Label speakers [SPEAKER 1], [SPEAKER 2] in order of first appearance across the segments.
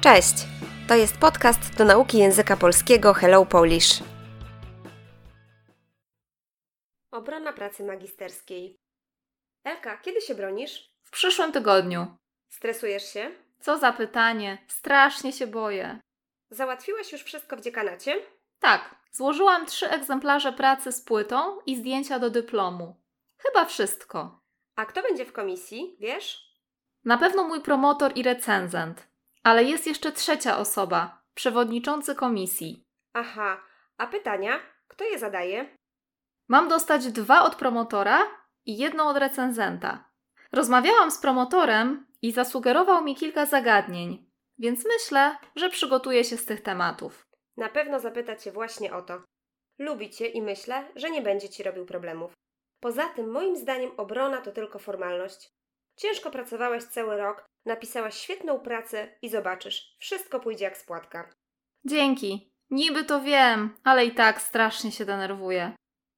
[SPEAKER 1] Cześć! To jest podcast do nauki języka polskiego Hello Polish. Obrona pracy magisterskiej. Elka, kiedy się bronisz?
[SPEAKER 2] W przyszłym tygodniu.
[SPEAKER 1] Stresujesz się?
[SPEAKER 2] Co za pytanie. Strasznie się boję.
[SPEAKER 1] Załatwiłaś już wszystko w dziekanacie?
[SPEAKER 2] Tak, złożyłam trzy egzemplarze pracy z płytą i zdjęcia do dyplomu. Chyba wszystko.
[SPEAKER 1] A kto będzie w komisji, wiesz?
[SPEAKER 2] Na pewno mój promotor i recenzent. Ale jest jeszcze trzecia osoba, przewodniczący komisji.
[SPEAKER 1] Aha, a pytania? Kto je zadaje?
[SPEAKER 2] Mam dostać dwa od promotora i jedną od recenzenta. Rozmawiałam z promotorem i zasugerował mi kilka zagadnień, więc myślę, że przygotuję się z tych tematów.
[SPEAKER 1] Na pewno zapyta Cię właśnie o to. Lubi Cię i myślę, że nie będzie Ci robił problemów. Poza tym, moim zdaniem, obrona to tylko formalność. Ciężko pracowałeś cały rok, napisałaś świetną pracę i zobaczysz, wszystko pójdzie jak spłatka.
[SPEAKER 2] Dzięki. Niby to wiem, ale i tak strasznie się denerwuję.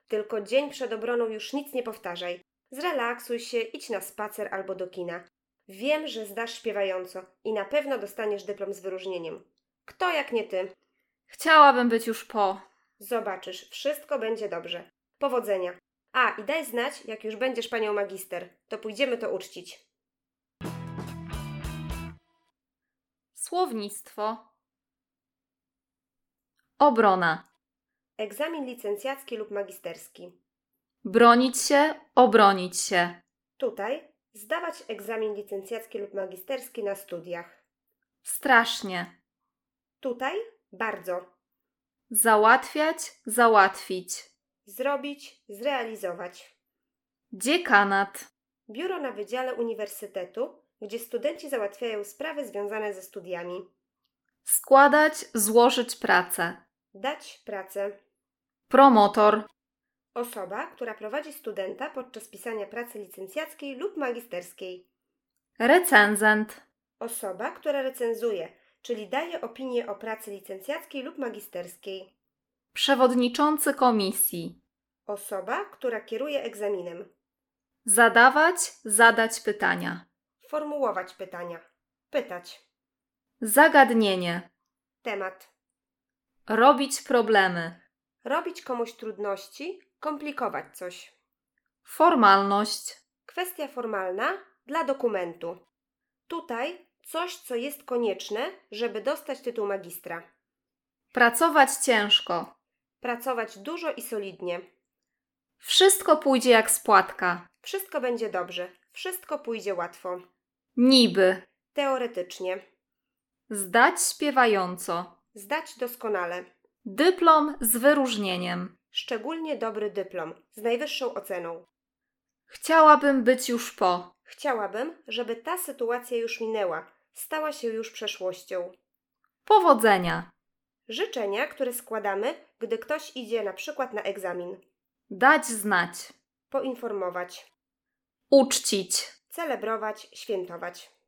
[SPEAKER 1] Tylko dzień przed obroną już nic nie powtarzaj. Zrelaksuj się, idź na spacer albo do kina. Wiem, że zdasz śpiewająco i na pewno dostaniesz dyplom z wyróżnieniem. Kto jak nie ty?
[SPEAKER 2] Chciałabym być już po.
[SPEAKER 1] Zobaczysz, wszystko będzie dobrze. Powodzenia. A, i daj znać, jak już będziesz panią magister. To pójdziemy to uczcić.
[SPEAKER 2] Słownictwo. Obrona.
[SPEAKER 1] Egzamin licencjacki lub magisterski.
[SPEAKER 2] Bronić się, obronić się.
[SPEAKER 1] Tutaj zdawać egzamin licencjacki lub magisterski na studiach.
[SPEAKER 2] Strasznie.
[SPEAKER 1] Tutaj bardzo.
[SPEAKER 2] Załatwiać, załatwić.
[SPEAKER 1] Zrobić, zrealizować.
[SPEAKER 2] Dziekanat.
[SPEAKER 1] Biuro na wydziale uniwersytetu, gdzie studenci załatwiają sprawy związane ze studiami.
[SPEAKER 2] Składać, złożyć pracę.
[SPEAKER 1] Dać pracę.
[SPEAKER 2] Promotor.
[SPEAKER 1] Osoba, która prowadzi studenta podczas pisania pracy licencjackiej lub magisterskiej.
[SPEAKER 2] Recenzent.
[SPEAKER 1] Osoba, która recenzuje, czyli daje opinię o pracy licencjackiej lub magisterskiej.
[SPEAKER 2] Przewodniczący komisji.
[SPEAKER 1] Osoba, która kieruje egzaminem.
[SPEAKER 2] Zadawać, zadać pytania.
[SPEAKER 1] Formułować pytania. Pytać.
[SPEAKER 2] Zagadnienie.
[SPEAKER 1] Temat.
[SPEAKER 2] Robić problemy.
[SPEAKER 1] Robić komuś trudności, komplikować coś.
[SPEAKER 2] Formalność.
[SPEAKER 1] Kwestia formalna dla dokumentu. Tutaj coś, co jest konieczne, żeby dostać tytuł magistra.
[SPEAKER 2] Pracować ciężko.
[SPEAKER 1] Pracować dużo i solidnie.
[SPEAKER 2] Wszystko pójdzie jak spłatka.
[SPEAKER 1] Wszystko będzie dobrze, wszystko pójdzie łatwo.
[SPEAKER 2] Niby.
[SPEAKER 1] Teoretycznie.
[SPEAKER 2] Zdać śpiewająco.
[SPEAKER 1] Zdać doskonale.
[SPEAKER 2] Dyplom z wyróżnieniem.
[SPEAKER 1] Szczególnie dobry dyplom z najwyższą oceną.
[SPEAKER 2] Chciałabym być już po.
[SPEAKER 1] Chciałabym, żeby ta sytuacja już minęła, stała się już przeszłością.
[SPEAKER 2] Powodzenia.
[SPEAKER 1] Życzenia, które składamy, gdy ktoś idzie na przykład na egzamin.
[SPEAKER 2] Dać znać.
[SPEAKER 1] Poinformować,
[SPEAKER 2] Uczcić.
[SPEAKER 1] celebrować, świętować.